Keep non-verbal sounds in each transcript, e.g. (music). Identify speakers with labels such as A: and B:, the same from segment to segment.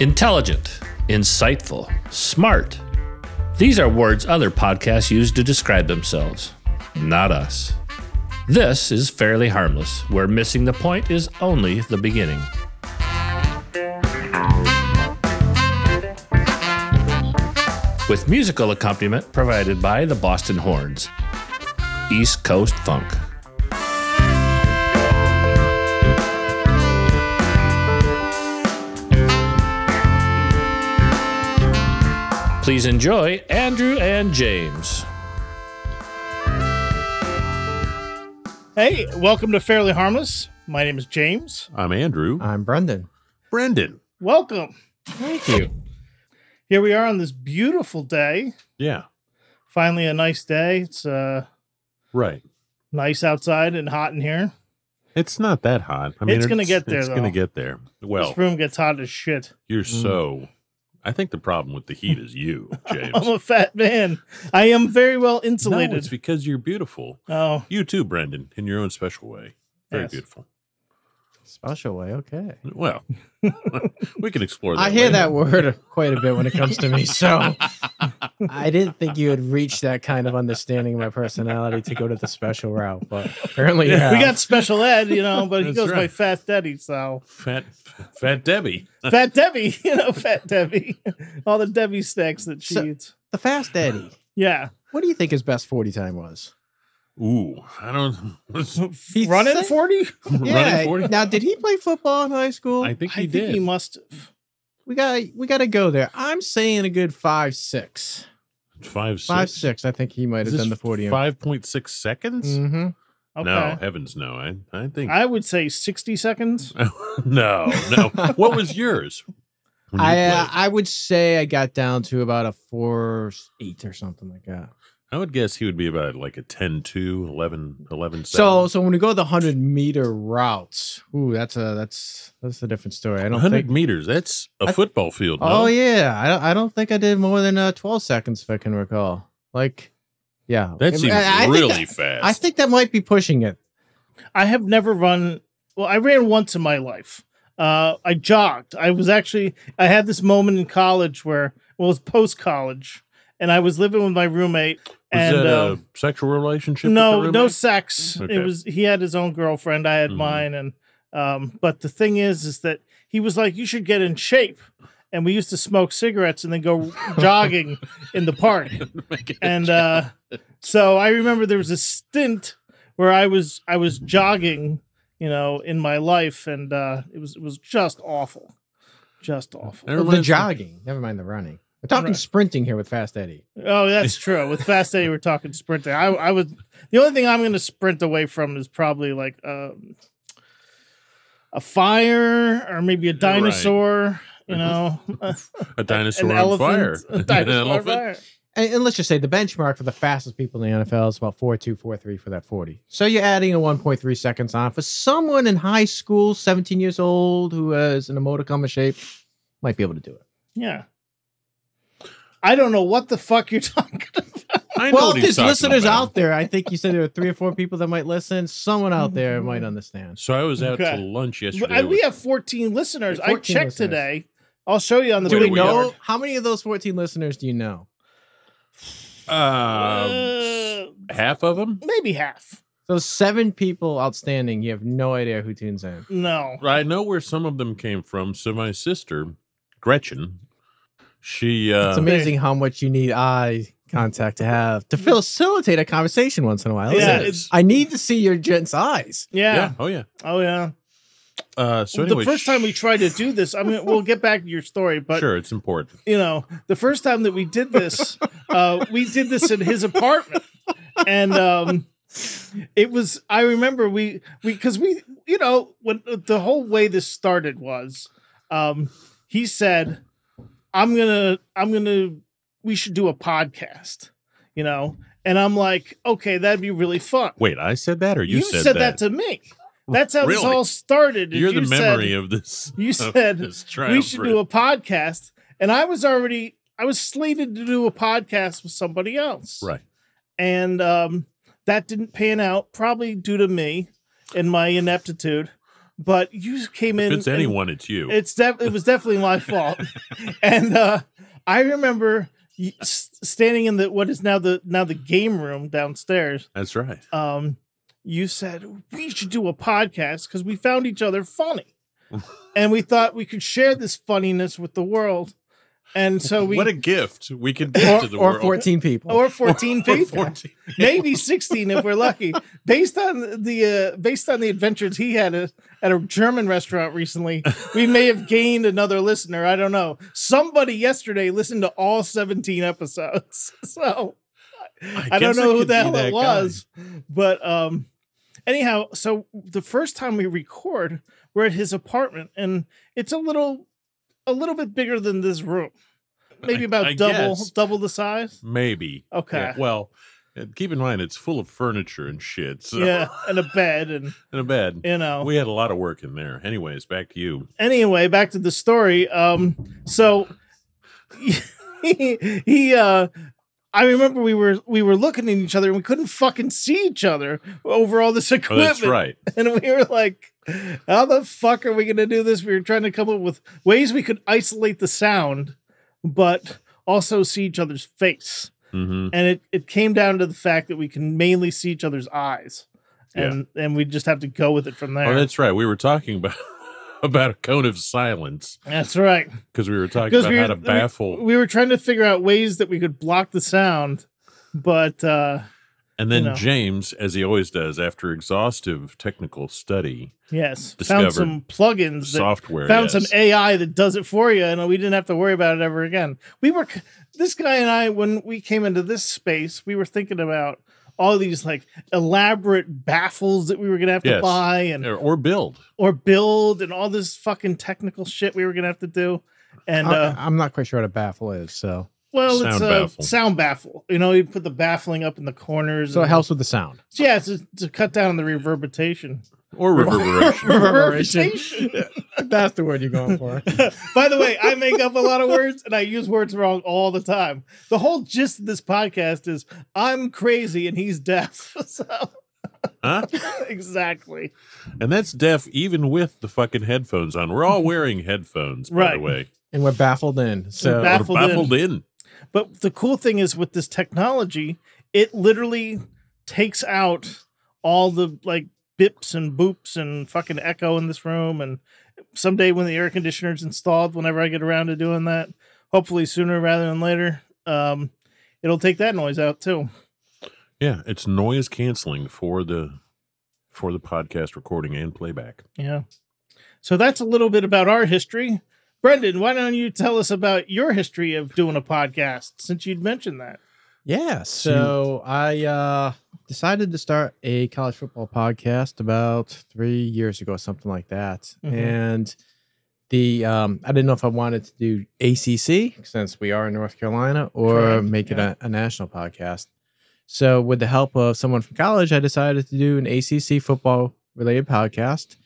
A: Intelligent, insightful, smart. These are words other podcasts use to describe themselves, not us. This is Fairly Harmless, where missing the point is only the beginning. With musical accompaniment provided by the Boston Horns, East Coast Funk. Please enjoy Andrew and James.
B: Hey, welcome to Fairly Harmless. My name is James.
C: I'm Andrew.
D: I'm Brendan.
C: Brendan.
B: Welcome.
D: Thank you.
B: Here we are on this beautiful day.
C: Yeah.
B: Finally, a nice day. It's uh,
C: Right.
B: nice outside and hot in here.
C: It's not that hot. I mean,
B: It's gonna get there,
C: It's
B: though.
C: gonna get there. Well,
B: This room gets hot as shit.
C: you're so. I think the problem with the heat is you, James.
B: (laughs) I'm a fat man. I am very well
C: no, it's
B: insulated.
C: because you're beautiful.
B: oh,
C: You too, Brendan, in your own special way. Very
B: Yes.
C: beautiful.
D: Special way. Okay.
B: (laughs)
C: Well, we can explore that.
D: I hear
C: later. (laughs)
D: that word quite a bit when it comes to me. So I didn't think you had reached that kind of understanding of my personality to go to the special route, but apparently you
B: we
D: have.
B: got special ed, you know, but he
C: That's
B: goes by
C: right.
B: Fat Daddy. So
C: fat, fat Debbie.
B: Fat Debbie, (laughs) you know, Fat Debbie. All the Debbie snacks that she
D: So-
B: eats.
D: the fast Eddie.
B: Yeah,
D: What do you think his best 40 time was?
C: Oooo, I don't. (laughs)
D: He
B: running
D: said-
B: forty.
D: Yeah.
C: running 40?
D: Now, did he play football in high school?
C: I think he
B: I
C: did.
B: think he must. have.
D: we got we got to go there. I'm saying a good five six,
C: five, six.
D: five six. I think he might
C: Is
D: have done the
C: this
D: 40. in-
C: Five point six seconds.
D: Mhm.
B: Mm, Okay.
C: No, heavens, no. I, I think
B: I would say 60 seconds.
C: (laughs) no, no. What was yours? when you
D: I uh,
C: played?
D: I would say I got down to about a four eight or something like that.
C: I would guess he would be about like a 10 2, 11, 11
D: So so when we go the hundred meter routes, ooh, that's a that's that's a different story. I don't
C: 100
D: think.
C: meters. That's a
D: I-
C: football field. no?
D: Oh yeah, I don't- I don't think I did more than uh, twelve seconds if I can recall. Like, yeah,
C: That
D: I-
C: seems
D: I, I
C: really
D: Think,
C: fast.
D: I think that might be pushing it.
B: I have never run. Well, I ran once in my life. Uh, I jogged. I was actually, I had this moment in college where, well, it was post college, and I was living with my roommate.
C: was
B: and
C: that
B: uh,
D: um,
C: a sexual relationship? with
B: no,
C: the
B: no
C: roommate?
B: sex.
C: Okay.
B: It was, he had his own girlfriend. I had
C: Mhm.
B: mine. And, um, but the thing is, is that he was like, you should get in shape. And we used to smoke cigarettes and then
C: (laughs)
B: go jogging in the park.
C: Oh Make it-
B: and uh so i remember there was a stint where i was i was jogging you know in my life and uh it was it was just awful just awful
C: That
D: The
C: reminds me-
D: jogging, never mind the running. We're talking
B: Right.
D: sprinting here with Fast Eddie.
B: oh
C: (laughs)
B: that's true with fast eddie we're talking sprinting i i was the only thing i'm gonna sprint away from is probably like um a fire or maybe a
C: Right. Mm-hmm.
B: dinosaur you know an
C: (laughs) A dinosaur on fire.
D: (laughs)
B: elephant (laughs) a dinosaur
C: An
B: on
C: elephant?
B: fire.
D: And, and let's just say the benchmark for the fastest people in the NFL is about four two four three for that 40. So you're adding a 1.3 seconds on. For someone in high school, 17 years old, who is in a motor coma shape, might be able to do it.
B: yeah i don't know what the fuck you're (laughs) talking
C: I know
D: well,
C: what
D: if
C: he's
D: there's
C: talking
D: listeners
C: about.
D: out there, I think you said there are three or four people that might listen. Someone out there might understand.
C: So I was out
B: Okay.
C: to lunch
B: But
C: yesterday.
B: I- we
C: with-
B: have 14 listeners. I
D: 14
B: checked
D: listeners.
B: today. I'll show you on the
D: Do
C: Wait,
D: we
C: we
B: big
C: got-
D: know
B: board.
D: how many of those 14 listeners do you know?
C: Um, s-
B: Uh,
C: half of them.
B: maybe half.
D: So seven people outstanding. You have no idea who tunes in.
B: No.
C: I know where some of them came from. So my sister, Gretchen, she uh,
D: It's amazing how much you need eye contact to have to facilitate a conversation once in a while.
B: Yeah,
D: isn't it?
B: it's-
D: I need to see your gent's eyes.
B: Yeah.
C: yeah. Oh yeah.
B: Oh yeah.
C: Uh, so anyway,
B: the first time we tried to do this, I mean, we'll get back to your story, but
C: sure, it's important.
B: you know, the first time that we did this, uh, we did this in his apartment, and um, it was. I remember we we because we you know when uh, the whole way this started was, um, he said, "I'm gonna I'm gonna we should do a podcast," you know, and I'm like, "Okay, that'd be really fun."
C: Wait, I said that, or you,
B: said, that. to me. That's how this
C: Really?
B: all started. and
C: You're
B: you
C: the
B: said-
C: memory of this.
B: (laughs) you
C: of
B: said
C: this
B: we
C: triumvirate.
B: should do a podcast. And I was already I was slated to do a podcast with somebody else.
C: right.
B: And um that didn't pan out, probably due to me and my ineptitude. But you came
C: If
B: in
C: it's
B: and
C: anyone, it's you.
B: It's def- it was definitely my
C: (laughs)
B: fault. and uh I remember y- s- standing in the what is now the now the game room downstairs
C: That's right.
B: um, you said we should do a podcast because we found each other
C: (laughs)
B: funny, and we thought we could share this funniness with the world, and so we
C: what a gift we could give to
D: Or,
C: the
D: or
C: world. Oh,
D: 14 people.
B: or fourteen
C: (laughs) Or
B: people,
C: 14.
B: maybe sixteen if we're
C: (laughs)
B: lucky, based on the uh, based on the adventures he had at, at a German restaurant recently. We may have gained another listener. I don't know. Somebody yesterday listened to all seventeen episodes, (laughs) so. I don't
C: guess
B: know who
C: could
B: the
C: be
B: hell
C: that
B: it
C: guy.
B: was, but um, anyhow, so the first time we record, we're at his apartment, and it's a little, a little bit bigger than this room, maybe
C: I-
B: about
C: I
B: double,
C: guess.
B: double the size.
C: Maybe.
B: Okay.
C: Yeah, well, uh, keep in mind it's full of furniture and shit. So, (laughs)
B: Yeah, and a bed, and
C: And a bed.
B: you know.
C: We had a lot of work in there. Anyways, back to you.
B: anyway, back to the story. Um, so (laughs) he, he uh I remember we were we were looking at each other and we couldn't fucking see each other over all this
C: Oh,
B: equipment.
C: that's right.
B: (laughs) and we were like, "How the fuck are we going to do this?" We were trying to come up with ways we could isolate the sound, but also see each other's face.
C: hmm
B: And it it came down to the fact that we can mainly see each other's eyes, and and we just have to go with it from there.
C: Oh, that's right. We were talking about (laughs) about a cone of silence
B: That's right.
C: because we were talking
B: 'Cause
C: about
B: we
C: how
B: were-
C: to
B: we-
C: baffle,
B: We were trying to figure out ways that we could block the sound, but uh,
C: and then
B: you know.
C: James, as he always does, after exhaustive technical study,
B: yes,
C: Discovered.
B: found some plugins that
C: software
B: found
C: yes.
B: some AI that does it for you, and we didn't have to worry about it ever again. We were this guy and I when we came into this space, we were thinking about all these like elaborate baffles that we were gonna have to
C: Yes.
B: buy and
C: or, or build.
B: or build and all this fucking technical shit we were gonna have to do. And
D: I-
B: uh,
D: I'm not quite sure what a baffle is, so
B: well, it's
C: Sound
B: a
C: baffle.
B: sound baffle. You know, you put the baffling up in the corners.
D: so it
C: Mm.
B: and-
D: helps with
C: (laughs)
D: the sound. (laughs)
B: Yeah, it's to, to cut down on the reverberation. (laughs)
C: Or reverberation.
D: Reverberation.
B: Reverberation.
D: That's the word you're going
C: (laughs)
D: for.
B: By the way, I make up a lot of words and I use words wrong all the time. The whole gist of this podcast is I'm crazy and he's deaf. (laughs) So
C: huh?
B: exactly.
C: And that's deaf even with the fucking headphones on. We're
B: (laughs)
C: all wearing headphones, by the
B: Right.
C: way.
D: and we're baffled in. So
B: Baff-
C: We're
B: Baffled in.
C: baffled in.
B: But the cool thing is with this technology, it literally takes out all the like bips and boops and fucking echo in this room. And someday when the air conditioner's installed, whenever I get around to doing that, hopefully sooner rather than later, um, it'll take that noise out too.
C: Yeah, it's noise canceling for the for the podcast recording and playback.
B: Yeah. So that's a little bit about our history. Brendan, why don't you tell us about your history of doing a podcast since you'd mentioned that?
D: yeah, so I uh, decided to start a college football podcast about three years ago, something like that.
B: Mhm.
D: And the um, I didn't know if I wanted to do ACC since we are in North Carolina, or
B: Correct,
D: make it
B: yeah.
D: a, a national podcast. So, with the help of someone from college, I decided to do an ACC football related podcast.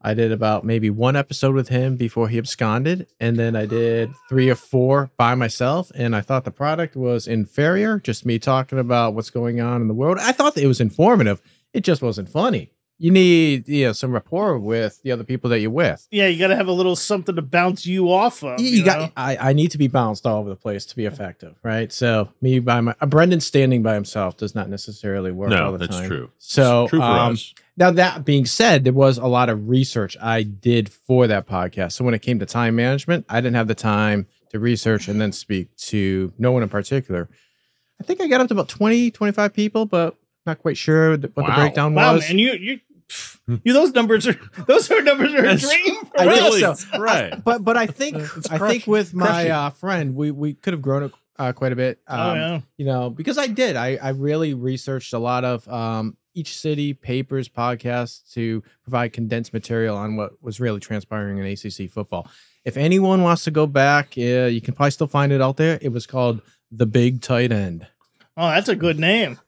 D: I did about maybe one episode with him before he absconded, and then I did three or four by myself. And I thought the product was inferior, just me talking about what's going on in the world. I thought that it was informative, it just wasn't funny. You need you know, some rapport with the other people that you're with.
B: Yeah, you got to have a little something to bounce you off of.
D: You,
B: You,
D: you
B: know?
D: got. I, I need to be balanced all over the place to be effective, right? So me by my uh, Brendan standing by himself does not necessarily work. all
C: no,
D: the
C: that's
D: time.
C: true.
D: So
C: It's true for
D: um,
C: us.
D: now that being said, there was a lot of research I did for that podcast. So when it came to time management, I didn't have the time to research and then speak to no one in particular. I think I got up to about 20, 25 people, but not quite sure th- what the
C: Wow.
D: breakdown
B: Wow,
D: was.
B: man, you you pff, you those numbers are (laughs) those are numbers are a
C: That's-
B: dream. For
D: I
B: us.
D: think
C: Really?
D: so.
C: Right.
D: (laughs) But but I think
C: It's
D: I think
C: crushing-
D: with my
C: crushing.
D: uh, friend, we we could have grown it uh, quite a bit. Um,
B: oh yeah,
D: you know, because I did. I, I really researched a lot of um, each city papers, podcasts to provide condensed material on what was really transpiring in ACC football. If anyone wants to go back, yeah, you can probably still find it out there. It was called The Big Tight End.
B: oh that's a good name.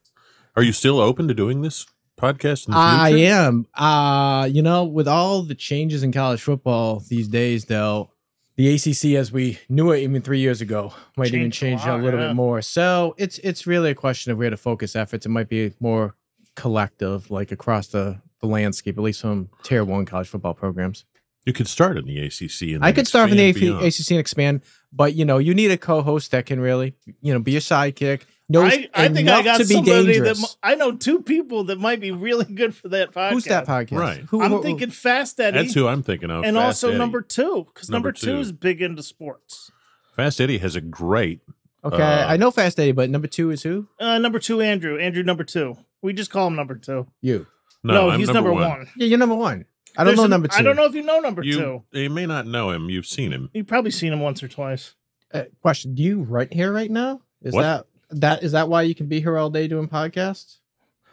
C: Are you still open to doing this podcast in the
D: I
C: future?
D: am. Uh, you know, with all the changes in college football these days, though, the ACC, as we knew it even three years ago, might even
B: Changed
D: change
B: a
D: a,
B: lot,
D: little
B: yeah.
D: bit more. So it's it's really a question of where to focus efforts. It might be more collective, like across the, the landscape, at least from tier one college football programs.
C: You could start in the ACC. And
D: I
C: then
D: could start from the
C: expand beyond.
D: AF- ACC and expand, but you know, you need a co-host that can really, you know, be your sidekick. Knows
B: I, I think I
D: enough
B: got
D: to be
B: somebody
D: dangerous.
B: that m- I know two people that might be really good for that podcast.
D: Who's that podcast?
C: Right.
D: Who,
B: I'm
D: who-
B: thinking Fast Eddie,
C: That's who I'm thinking of.
B: and
C: Fast
B: also
C: Eddie.
B: number two because number,
C: Number
B: two.
C: two.
B: is big into sports.
C: Fast Eddie has a great.
D: Okay,
C: Uh,
D: I know Fast Eddie, but number two is who?
B: Uh, number two, Andrew. Andrew, number two. We just call him number two.
D: You.
C: No,
B: No,
C: I'm
B: he's number, one.
D: Yeah, you're number one. I don't
B: There's
D: know
B: an-
D: number two.
B: I don't know if you know number
C: You,
B: two.
C: you may not know him. You've seen
D: (laughs)
C: him.
B: You've probably seen him once or twice.
D: Uh, question: Do you right here right now? Is
C: What?
D: that that is that why you can be here all day doing podcasts?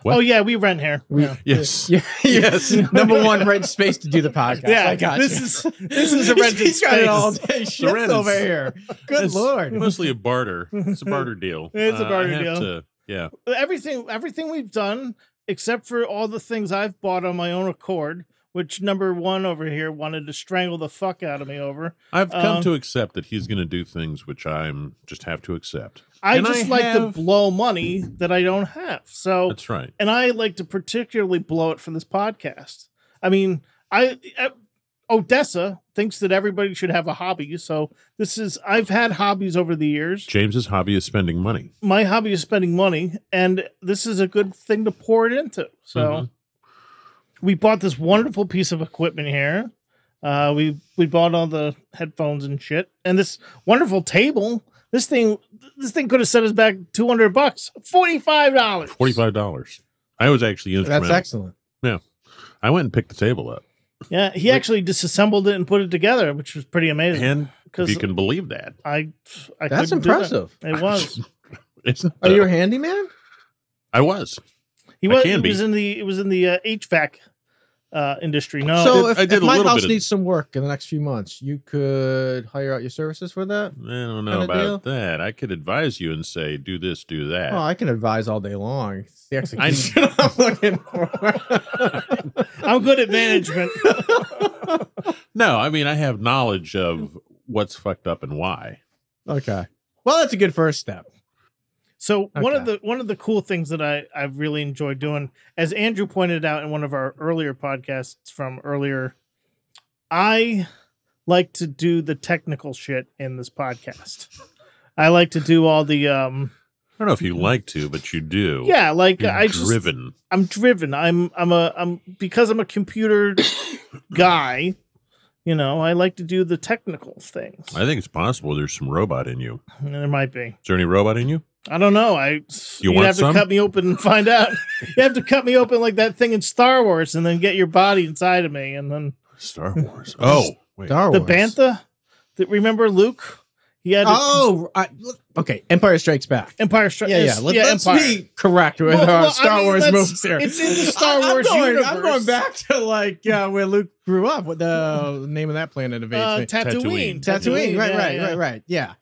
C: What?
B: Oh yeah, we rent here.
D: We- (laughs)
B: yeah,
C: Yes.
D: Yeah, yes. (laughs) number one, rent space to do the podcast.
B: Yeah,
D: I got
B: this
D: you.
B: is (laughs) this is a
D: He's-
B: rented
D: he's got it
B: space.
D: all day. Shit's
C: rent is-
B: (laughs)
D: over here. Good
C: It's
D: lord. (laughs)
C: Mostly a barter. It's a barter deal. Uh,
B: It's a
C: I
B: barter
C: have
B: deal.
C: to- yeah.
B: everything everything we've done except for all the things I've bought on my own accord, which number one over here wanted to strangle the fuck out of me over.
C: I've come
B: Um,
C: to accept that he's going to do things which I'm just have to accept.
B: I
C: And I
B: just like
C: have-
B: to blow money that I don't have. So
C: That's right.
B: and I like to particularly blow it for this podcast. I mean, I, I Odessa thinks that everybody should have a hobby. So this is I've had hobbies over the years.
C: James's hobby is spending money.
B: My hobby is spending money, and this is a good thing to pour it into. So
C: Mhm.
B: we bought this wonderful piece of equipment here. Uh, we we bought all the headphones and shit, and this wonderful table. This thing, this thing could have set us back two hundred bucks, forty five dollars,
C: Forty-five dollars. I was actually
D: That's
C: instrumental.
D: excellent.
C: I went and picked the table up,
B: Yeah, he actually disassembled it and put it together, which was pretty amazing.
C: and if
B: Because
C: you can believe that,
B: I, I couldn't
D: That's
B: do that.
D: impressive.
B: It
C: (laughs)
B: was.
C: Isn't
D: Are
C: that-
D: you a handyman?
C: I was.
B: He
C: I
B: was.
C: can
B: It
C: be.
B: was in the. It was in the uh, HVAC uh, industry. No,
D: so
C: did-
D: if,
C: I did
D: if
C: a
D: my
C: little
D: house
C: bit of-
D: needs some work in the next few months, you could hire out your services for that.
C: I don't know
D: Kinda
C: about
D: deal.
C: that. I could advise you and say, do this, do that.
D: Oh, I can advise all day long. It's the execution I, am looking for.
B: I'm good at management.
C: no, I mean I have knowledge of what's fucked up and why.
D: (laughs) okay. Well, that's a good first step.
B: So one of
D: Okay.
B: the one of the cool things that I I've really enjoyed doing, as Andrew pointed out in one of our earlier podcasts from earlier, I like to do the technical shit in this podcast. I like to do all the um
C: I don't know if you like to, but you do.
B: yeah, like
C: You're
B: I just
C: driven.
B: I'm driven. I'm I'm a I'm because I'm a computer guy, you know, I like to do the technical things.
C: I think it's possible there's some robot in you.
B: There might be.
C: Is there any robot in you?
B: I don't know. I you would
C: want
B: have
C: some?
B: to cut me open and find out. (laughs) you have to cut me open like that thing in Star Wars, and then get your body inside of me, and then
C: (laughs) Star Wars. Oh, wait.
D: Star
B: the
D: Wars.
B: bantha. That remember Luke? He had a-
D: Oh, I, okay. Empire Strikes Back.
B: Empire Strike.
D: Yeah, yeah. Let, us
B: Empire.
D: be correct with
B: Well,
D: our
B: well, I
D: Star
B: mean,
D: Wars
B: let's-
D: movies here.
B: It's in (laughs) the Star
D: I- (laughs) I'm
B: Wars
D: going-
B: universe.
D: I'm going back to like uh, where Luke grew up. What the name of that planet evades
B: Uh,
D: me.
B: Tatooine.
C: Tatooine.
D: Tatooine. Right,
B: yeah,
D: right,
B: yeah.
D: right, right. Yeah.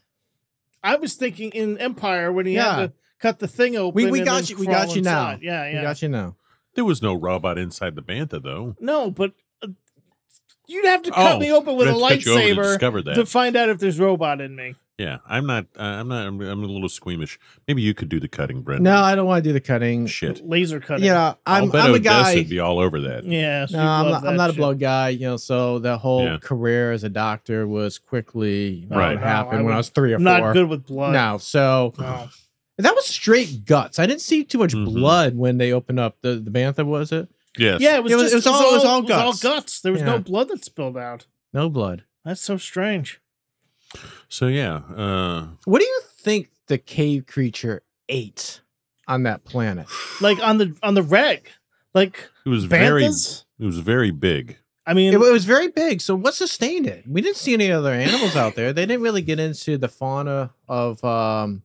B: I was thinking in Empire when he
D: Yeah.
B: had to cut the thing open.
D: we
B: and
D: got
B: then
D: you- we
B: crawl
D: got you now.
B: inside. Yeah,
D: We
B: yeah.
D: got you now.
C: There was no robot inside the Bantha, though.
B: No, but uh, you'd have to cut
C: Oh,
B: me open with a
C: Let's cut you over to
B: lightsaber
C: Discover that.
B: to find out if there's robot in me.
C: yeah, I'm not. Uh, I'm not. I'm, I'm a little squeamish. Maybe you could do the cutting, Brendan.
D: No, I don't want to do the cutting.
C: shit.
B: Laser cutting.
D: Yeah,
C: I'll
D: I'm,
C: bet
D: I'm a
C: Odessa
D: guy.
C: would be all over that.
B: Yeah, so
D: No,
B: you'd
D: I'm
B: love
D: not,
B: that
D: I'm not a
B: shit.
D: blood guy, you know. So the whole
C: Yeah.
D: career as a doctor was quickly
C: Right.
D: right.
B: No,
D: happened
B: I
D: when
B: would-
D: I was three or
B: I'm not
D: four.
B: good with blood.
D: No, so
B: No.
D: that was straight guts. I didn't see too much
B: Mm-hmm.
C: Mhm.
D: blood when they opened up the the bantha. Was it
C: Yes.
B: Yeah, it was,
D: It was-
B: just,
D: it was all- it was all guts.
B: There was no
D: Yeah.
B: blood that spilled out.
D: no blood?
B: That's so strange.
C: So yeah. Uh,
D: What do you think the cave creature ate on
B: (sighs)
D: that planet?
B: Like on the on the reg, like
C: it was very.
B: banthas.
C: It was very big.
B: I mean,
D: It, wa- it was very big. So what sustained it? We didn't see any other animals out there. They didn't really get into the fauna of um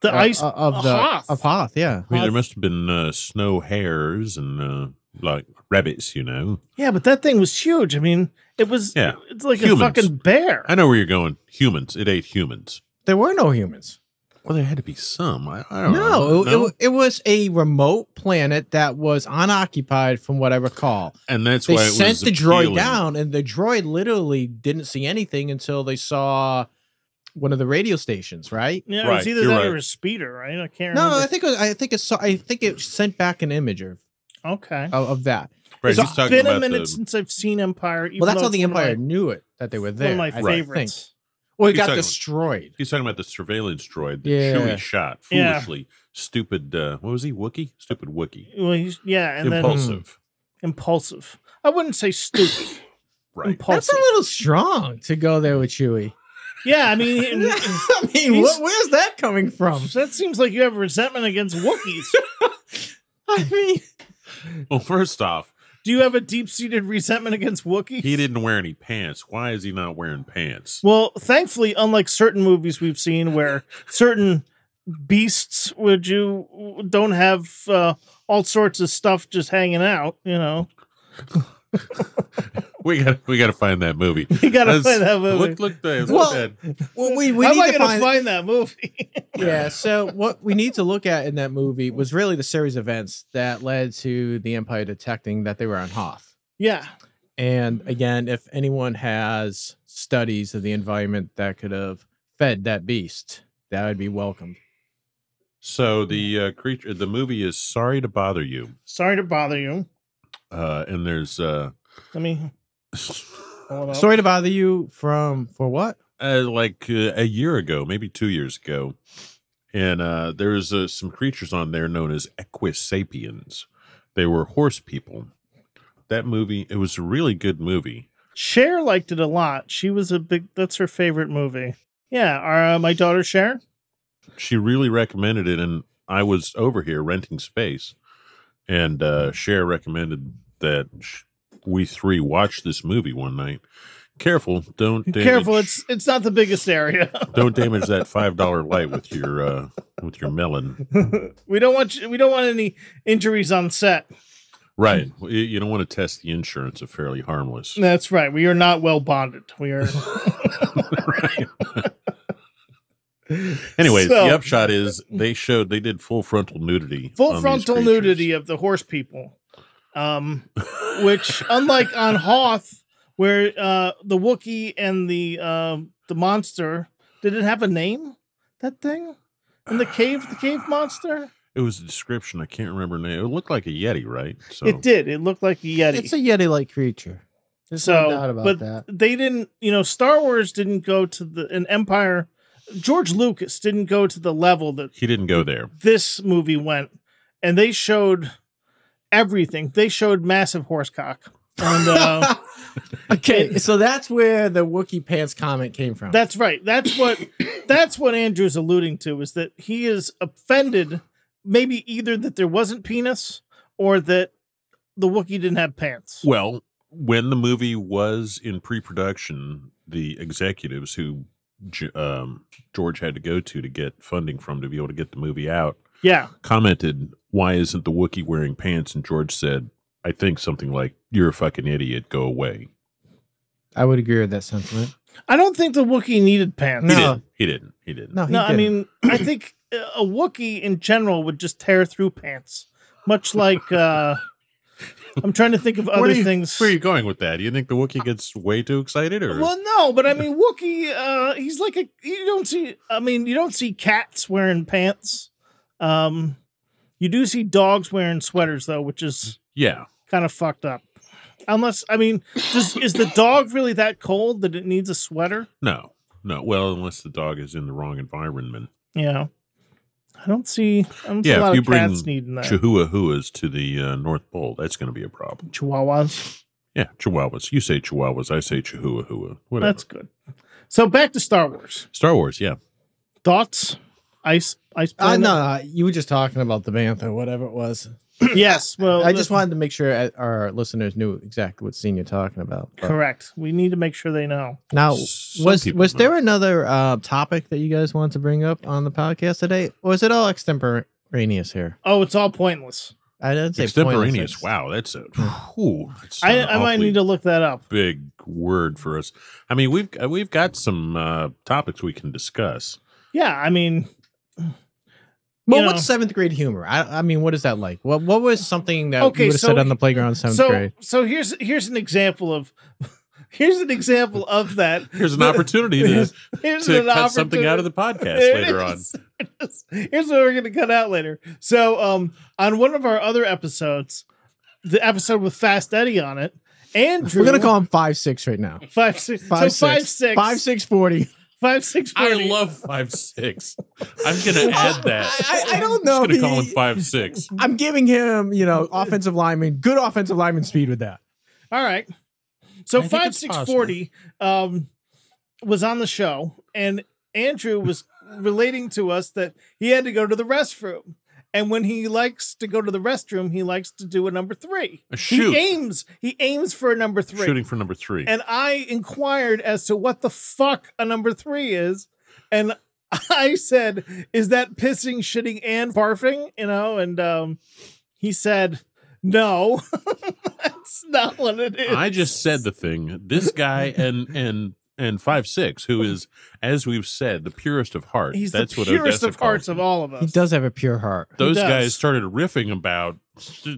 B: the
D: uh,
B: ice
D: uh, of the
B: Hoth.
D: of Hoth. Yeah.
C: I mean, there
B: I've-
C: must have been uh, snow hares and uh, like rabbits, you know.
B: Yeah, but that thing was huge. I mean, it was.
C: Yeah.
B: it's like a
C: Humans.
B: fucking bear.
C: I know where you're going. Humans. It ate humans.
D: There were no humans.
C: Well, there had to be some. I, I don't
D: No,
C: know.
D: it, it, it was a remote planet that was unoccupied, from what I recall.
C: and that's
D: They
C: why it
D: sent
C: was
D: the droid
C: appealing.
D: down, and the droid literally didn't see anything until they saw one of the radio stations, right?
B: Yeah,
C: Right,
B: it's either
C: you're
B: that or
C: right.
B: a speeder, right? I can't
D: No,
B: remember.
D: I think it was, I think it saw I think it sent back an image of,
B: okay.
D: of, of that.
C: Uh, Right,
B: it's
C: he's talking
B: been a
C: about
B: minute
C: the,
B: since I've seen Empire. even
D: well, that's
B: though
D: how the
B: it's one of
D: Empire
B: my-
D: knew it that they were there.
B: One of my
D: I
C: Right.
D: Think.
B: favorites.
D: Well, it
C: He's
D: got
C: talking-
D: destroyed.
C: he's talking about the surveillance droid that
D: Yeah.
C: Chewie shot
B: Yeah.
C: foolishly. Stupid. Uh, what was he? Wookie? Stupid Wookie.
B: Well, he's, yeah, and then
C: Impulsive.
B: impulsive. I wouldn't say stupid.
C: (laughs) Right.
D: That's
B: Impulsive.
D: a little strong to go there with Chewie.
B: yeah, I mean, he-
D: (laughs) I mean,
B: He's-
D: wh- where's that coming from?
B: that seems like you have resentment against
D: (laughs)
B: Wookiees.
D: I mean,
B: (laughs)
C: Well, first off,
B: Do you have a deep seated resentment against Wookiees?
C: he didn't wear any pants. Why is he not wearing pants?
B: Well, thankfully, unlike certain movies we've seen where certain beasts would you don't have uh, all sorts of stuff just hanging out, you know.
C: We got we got to find that movie.
B: (laughs) You gotta
C: That's-
B: find that movie.
C: Look, look, Dave,
D: Well-
C: look at that.
D: well, we, we
B: How am
D: need
B: I
D: to
B: gonna
D: find,
B: find, that movie? (laughs)
D: Yeah, so what we need to look at in that movie was really the series of events that led to the Empire detecting that they were on Hoth.
B: yeah.
D: And again, if anyone has studies of the environment that could have fed that beast, that would be welcomed.
C: So the uh, creature, the movie is "Sorry to Bother You,"
B: Sorry to bother you.
C: uh, and there's uh, (laughs)
B: Let me hold up.
D: Sorry to bother you from for what?
C: uh, like uh, a year ago, maybe two years ago, and uh, there was uh, some creatures on there known as Equisapiens. They were horse people. That movie, it was a really good movie.
B: Cher liked it a lot. She was a big. That's her favorite movie. Yeah, our, uh, my daughter Cher.
C: She really recommended it, and I was over here renting space, and
B: Mm-hmm.
C: uh, Cher recommended that sh- we three watch this movie one night. Careful, don't damage,
B: Careful, it's (laughs) it's not the biggest area. (laughs)
C: don't damage that five dollar light with your uh, with your melon.
B: we don't want you- we don't want any injuries on set.
C: Right, you you don't want to test the insurance of
B: (laughs)
C: fairly harmless.
B: That's right. We are not well bonded. We are.
C: right. Anyways,
B: So-
C: the upshot is they showed they did full frontal nudity. on
B: full
C: Um, these
B: frontal
C: creatures.
B: nudity of the horse people um which unlike
C: (laughs)
B: on hoth where uh the wookiee and the um the monster did it have a name that thing in the cave the cave monster
C: It was a description. I can't remember name. It looked like a yeti, right? So
B: it did it looked like a yeti
D: It's a Yeti-like creature. There's
B: So,
D: no doubt about
B: but-
D: that.
B: they didn't you know star wars didn't go to the an empire george lucas didn't go to the level that
C: he didn't go there.
B: this movie went and they showed everything they showed massive horse cock and
C: (laughs)
B: uh (laughs)
D: (laughs) okay, so that's where the Wookie pants comment came from.
B: That's right. That's
D: (coughs)
B: what that's what Andrew's alluding to is that he is offended, maybe either that there wasn't penis or that the Wookiee didn't have pants.
C: Well, when the movie was in pre-production, the executives who J- um, George had to go to to get funding from to be able to get the movie out
B: Yeah.
C: commented, "Why isn't the Wookiee wearing pants?" And George said, "I think something like you're a fucking idiot. Go away."
D: I would agree with that sentiment.
B: I don't think the Wookiee needed pants.
C: He
D: No.
C: didn't. He didn't. He didn't.
D: No, he
B: No, I
D: didn't.
B: mean, I think uh, a Wookiee in general would just tear through pants, much like uh I'm trying to think of
C: Where
B: other
C: do you-
B: things.
C: Where are you going with that? Do you think the
D: Uh,
C: Wookiee gets way too excited, or
B: Well, no, but I mean, Wookie. Uh, he's like a. You don't see. I mean, you don't see cats wearing pants. Um, you do see dogs wearing sweaters though, which is
C: yeah,
B: kind of fucked up. Unless, I mean, does, is the dog really that cold that it needs a sweater?
C: no, no. Well, unless the dog is in the wrong environment.
B: Yeah, I don't see. I don't
C: Yeah,
B: see a
C: if
B: lot
C: you
B: of
C: bring
B: cats needing that.
C: Chihuahuas to the uh, North Pole. That's going to be a problem.
B: Chihuahuas.
C: Yeah, Chihuahuas. You say Chihuahuas. I say Chihuahua. Whatever.
B: That's good. So back to Star Wars.
C: Star Wars. Yeah.
B: Thoughts? Ice. Ice.
D: Uh,
B: planet?
D: no, uh, you were just talking about the Bantha, whatever it was.
B: Yes. Well,
D: I just
B: the-
D: wanted to make sure uh, our listeners knew exactly what scene you're talking about. But
B: Correct. We need to make sure they know.
D: Now,
C: Some
D: was
C: people
D: was
C: know.
D: there another uh, topic that you guys wanted to bring up on the podcast today, or is it all extemporaneous here?
B: Oh, it's all pointless.
D: I didn't say
C: extemporaneous?
D: pointless.
C: Wow, that's a. Whew, that's
B: I,
C: an
B: I might
C: awfully
B: need to look that up.
C: big word for us. uh, I mean, we've we've got some uh, topics we can discuss.
B: Yeah, I mean,
D: Well,
B: You
D: what's
B: know.
D: seventh grade humor? I, I mean, what is that like? What What was something that
B: Okay,
D: you would have
B: so-
D: said on the playground in seventh
B: so
D: grade?
B: so here's here's an example of (laughs) here's an example of that. (laughs)
C: Here's an opportunity to,
B: Here's
C: to
B: an
C: cut something out of the podcast
B: (laughs)
C: later on.
B: on. Here's what we're going to cut out later. So, um, on one of our other episodes, the episode with Fast Eddie on it, Andrew,
D: We're gonna call him five six right now.
B: five six,
D: Five
B: so five
D: six. Five six forty.
B: five six
C: I
B: forty.
C: love five six. I'm
B: (laughs)
C: gonna add that.
D: I, I, I (laughs) don't
C: I'm just
D: know.
C: gonna
D: if
C: call him
D: he-
C: five six.
D: I'm giving him, you know, offensive lineman, good offensive lineman speed with that.
B: All right. So
C: I think
B: five
C: it's
B: six forty um, was on the show, and Andrew was relating to us that he had to go to the restroom, and when he likes to go to the restroom, he likes to do a number three.
C: A
B: He
C: shoot.
B: aims. He aims for a number three.
C: Shooting for number three.
B: And I inquired as to what the fuck a number three is, and (laughs) I said, "Is that pissing, shitting, and barfing?" You know, and um, he said, "No, (laughs) that's not what it is."
C: I just said the thing. This guy and and and five six, who is, as we've said, the purest of heart.
B: He's
C: That's
B: the
C: what
B: purest
C: Odessa
B: of hearts
C: calls him.
B: of all of us.
D: He does have a pure heart.
C: Those
B: he does.
C: guys started riffing about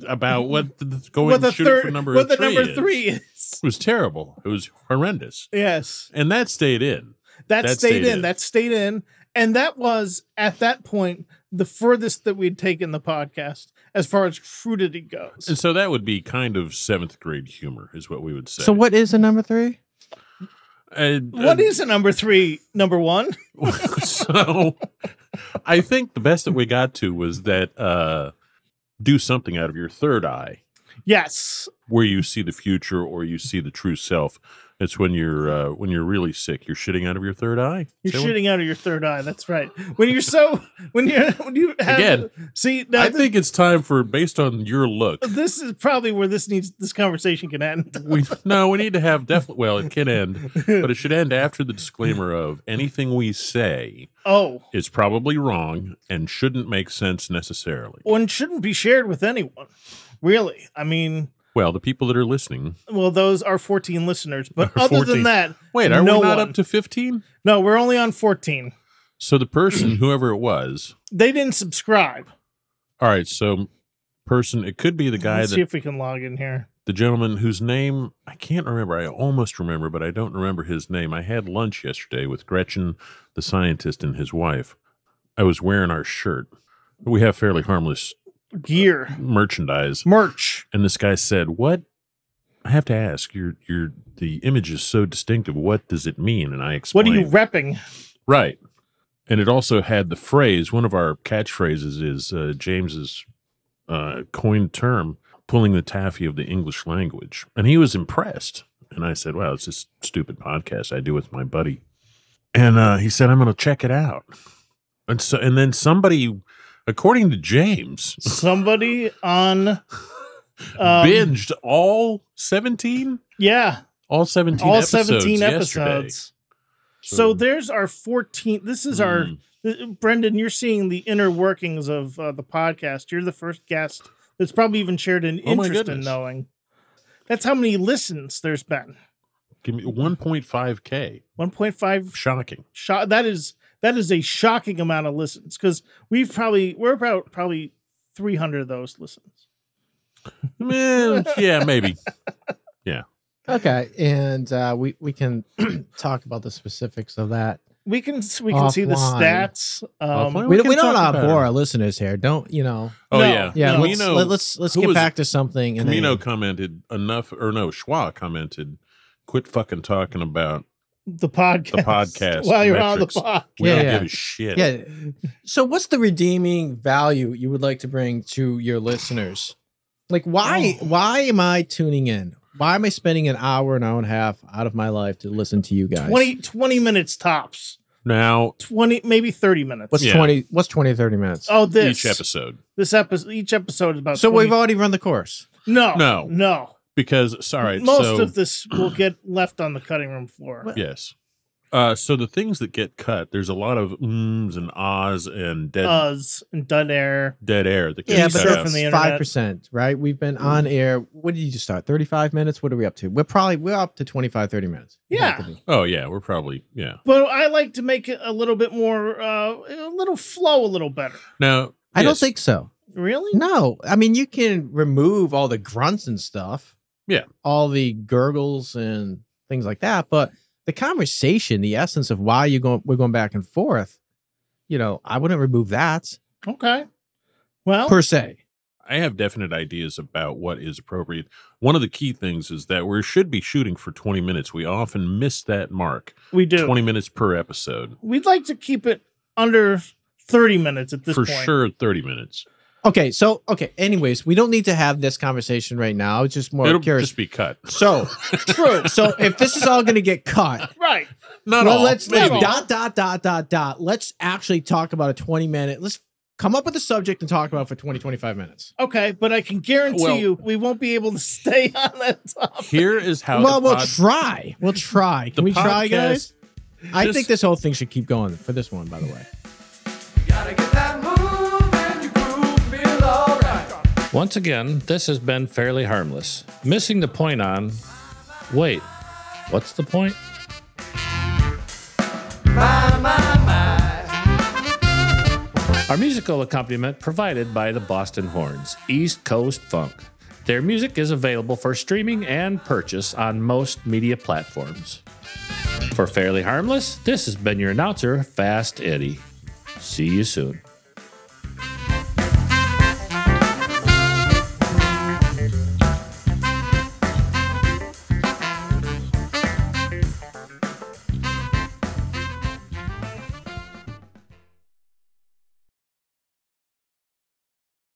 C: about what the, the- going
B: what the
C: shooting
B: third,
C: for number
B: what the
C: three
B: number
C: is.
B: three is.
C: It was terrible. It was horrendous,
B: Yes,
C: and that stayed in.
B: that,
C: That
B: stayed,
C: stayed
B: in.
C: in.
B: That stayed in, and that was at that point the furthest that we'd taken the podcast as far as crudity goes.
C: And so that would be kind of seventh grade humor, is what we would say.
D: So what is a number three?
C: And-
B: What
C: and-
B: is a number three? Number one?
C: (laughs) so I think the best that we got to was that uh do something out of your third eye
B: Yes.
C: where you see the future or you see the true self. It's when you're uh when you're really sick, you're shitting out of your third eye.
B: You're
C: Say what-
B: shooting out of your third eye. That's right. When you're so when you when you have
C: Again,
B: see now
C: I
B: th-
C: think it's time for based on your look.
B: this is probably where this needs this conversation can end.
C: We (laughs) no, we need to have definitely well, it can end, but it should end after the disclaimer of anything we say
B: Oh,
C: is probably wrong and shouldn't make sense necessarily.
B: one shouldn't be shared with anyone. Really, I mean,
C: Well, the people that are listening.
B: well, those are 14 listeners, but
C: Our
B: other
C: 14.
B: than that,
C: Wait, are
B: No
C: we not
B: one.
C: up to 15?
B: no, we're only on 14.
C: So the person, whoever it was,
B: They didn't subscribe.
C: all right. So person, it could be the guy
B: Let's see
C: that
B: if we can log in here.
C: the gentleman whose name I can't remember. I almost remember, but I don't remember his name. I had lunch yesterday with Gretchen, the scientist, and his wife. I was wearing our shirt. We have fairly harmless
B: Gear
C: merchandise,
B: merch.
C: and this guy said, "What?" I have to ask. Your your the image is so distinctive. What does it mean? And I
B: What
C: explained.
B: are you repping?
C: Right. And it also had the phrase, one of our catchphrases is uh, James's uh, coined term, pulling the taffy of the English language. And he was impressed. And I said, wow, it's this stupid podcast I do with my buddy. And uh, he said, I'm going to check it out. And so, and then somebody, according to James,
B: Somebody on
C: (laughs)
B: um,
C: binged all 17,
B: Yeah.
C: all 17
B: all
C: episodes
B: 17
C: yesterday.
B: episodes. So there's our 14th. This is our
C: Mm.
B: th- Brendan. You're seeing the inner workings of uh, the podcast. You're the first guest that's probably even shared an
C: Oh my
B: interest in
C: goodness.
B: knowing. That's how many listens there's been.
C: give me 1.5k.
B: 1.5
C: Shocking.
B: (laughs) shot. That is that is a shocking amount of listens because we've probably we're about probably 300 of those listens.
C: Eh, yeah, maybe.
D: Okay, and uh, we we can (clears throat) talk about the specifics of that.
B: We can we can see the
D: Offline.
B: stats. Um,
C: Offline?
D: We,
C: We
D: we,
C: can
D: don't
C: talk
D: uh,
C: about
D: bore
C: it.
D: our listeners here. Don't you know?
C: Oh
B: No,
C: yeah,
D: Yeah,
B: No.
D: let's,
C: Camino,
D: let, us let's
C: who
D: get
C: was-
D: back to something. And
C: Camino
D: then,
C: commented enough, or no, Schwa commented, "Quit fucking talking about.
B: (laughs) the podcast.
C: podcast
B: While you're
C: metrics.
B: on the pod.
C: We
D: Yeah,
C: don't
D: yeah.
C: give a shit."
D: yeah. So, what's the redeeming value you would like to bring to your listeners? Like, why why am I tuning in? Why am I spending an hour, an hour and a half out of my life to listen to you guys?
B: 20, 20 minutes tops.
C: Now
B: 20, maybe 30 minutes.
D: What's
C: Yeah.
D: twenty? What's twenty to thirty minutes?
B: oh, this.
C: each episode,
B: This episode, each episode is about
D: so
B: 20
D: we've already run the course.
B: no,
C: No.
B: no.
C: because sorry,
B: Most
C: so
B: of this will get left on the cutting room floor.
D: What?
C: yes, Uh, so the things that get cut, there's a lot of ums and ahs and dead
B: Us and Dun Air.
C: dead air that
B: Uh, Yeah,
C: gets
B: but
C: cut
B: they're
C: out.
B: from the internet.
D: five percent, right? We've been on air. What did you just start? Thirty-five minutes. What are we up to? We're probably we're up to 25, 30 minutes.
B: Yeah.
D: Probably.
C: oh yeah, we're probably yeah.
B: But I like to make it a little bit more, uh, a little flow, a little better.
C: Now
D: I don't
C: yes,
D: think so.
B: Really?
D: No, I mean you can remove all the grunts and stuff.
C: Yeah.
D: all the gurgles and things like that. But the conversation, the essence of why you going, we're going back and forth. You know, I wouldn't remove that
B: Okay. Well,
D: per se.
C: I have definite ideas about what is appropriate. One of the key things is that we should be shooting for 20 minutes. We often miss that mark.
B: we do.
C: 20 minutes per episode.
B: We'd like to keep it under 30 minutes at this
C: For
B: point.
C: sure 30 minutes.
D: Okay, so okay. Anyways, we don't need to have this conversation right now. It's just more
C: It'll
D: curious.
C: just be cut. (laughs)
D: so
B: True.
D: So if this is all going to get cut,
B: Right.
C: Not
D: well,
C: all.
D: let's
B: maybe.
D: no, dot dot dot dot dot. Let's actually talk about a twenty minute. Let's come up with a subject and talk about it for 20, 25 minutes.
B: Okay. But I can guarantee
C: Well-
B: you we won't be able to stay (laughs) on that topic.
C: Here is how
D: well,
C: the
D: we'll
C: pod-
D: try. We'll try. Can
C: The
D: we try,
C: podcast-
D: guys? I
C: Just-
D: think this whole thing should keep going for this one, by the way.
E: Gotta get that move and you groove feel alright.
A: Once again, this has been fairly harmless. Missing the point on. Wait, what's the point?
E: My, my, my.
A: Our musical accompaniment provided by the Boston Horns, East Coast Funk. Their music is available for streaming and purchase on most media platforms. For Fairly Harmless, this has been your announcer, Fast Eddie. See you soon.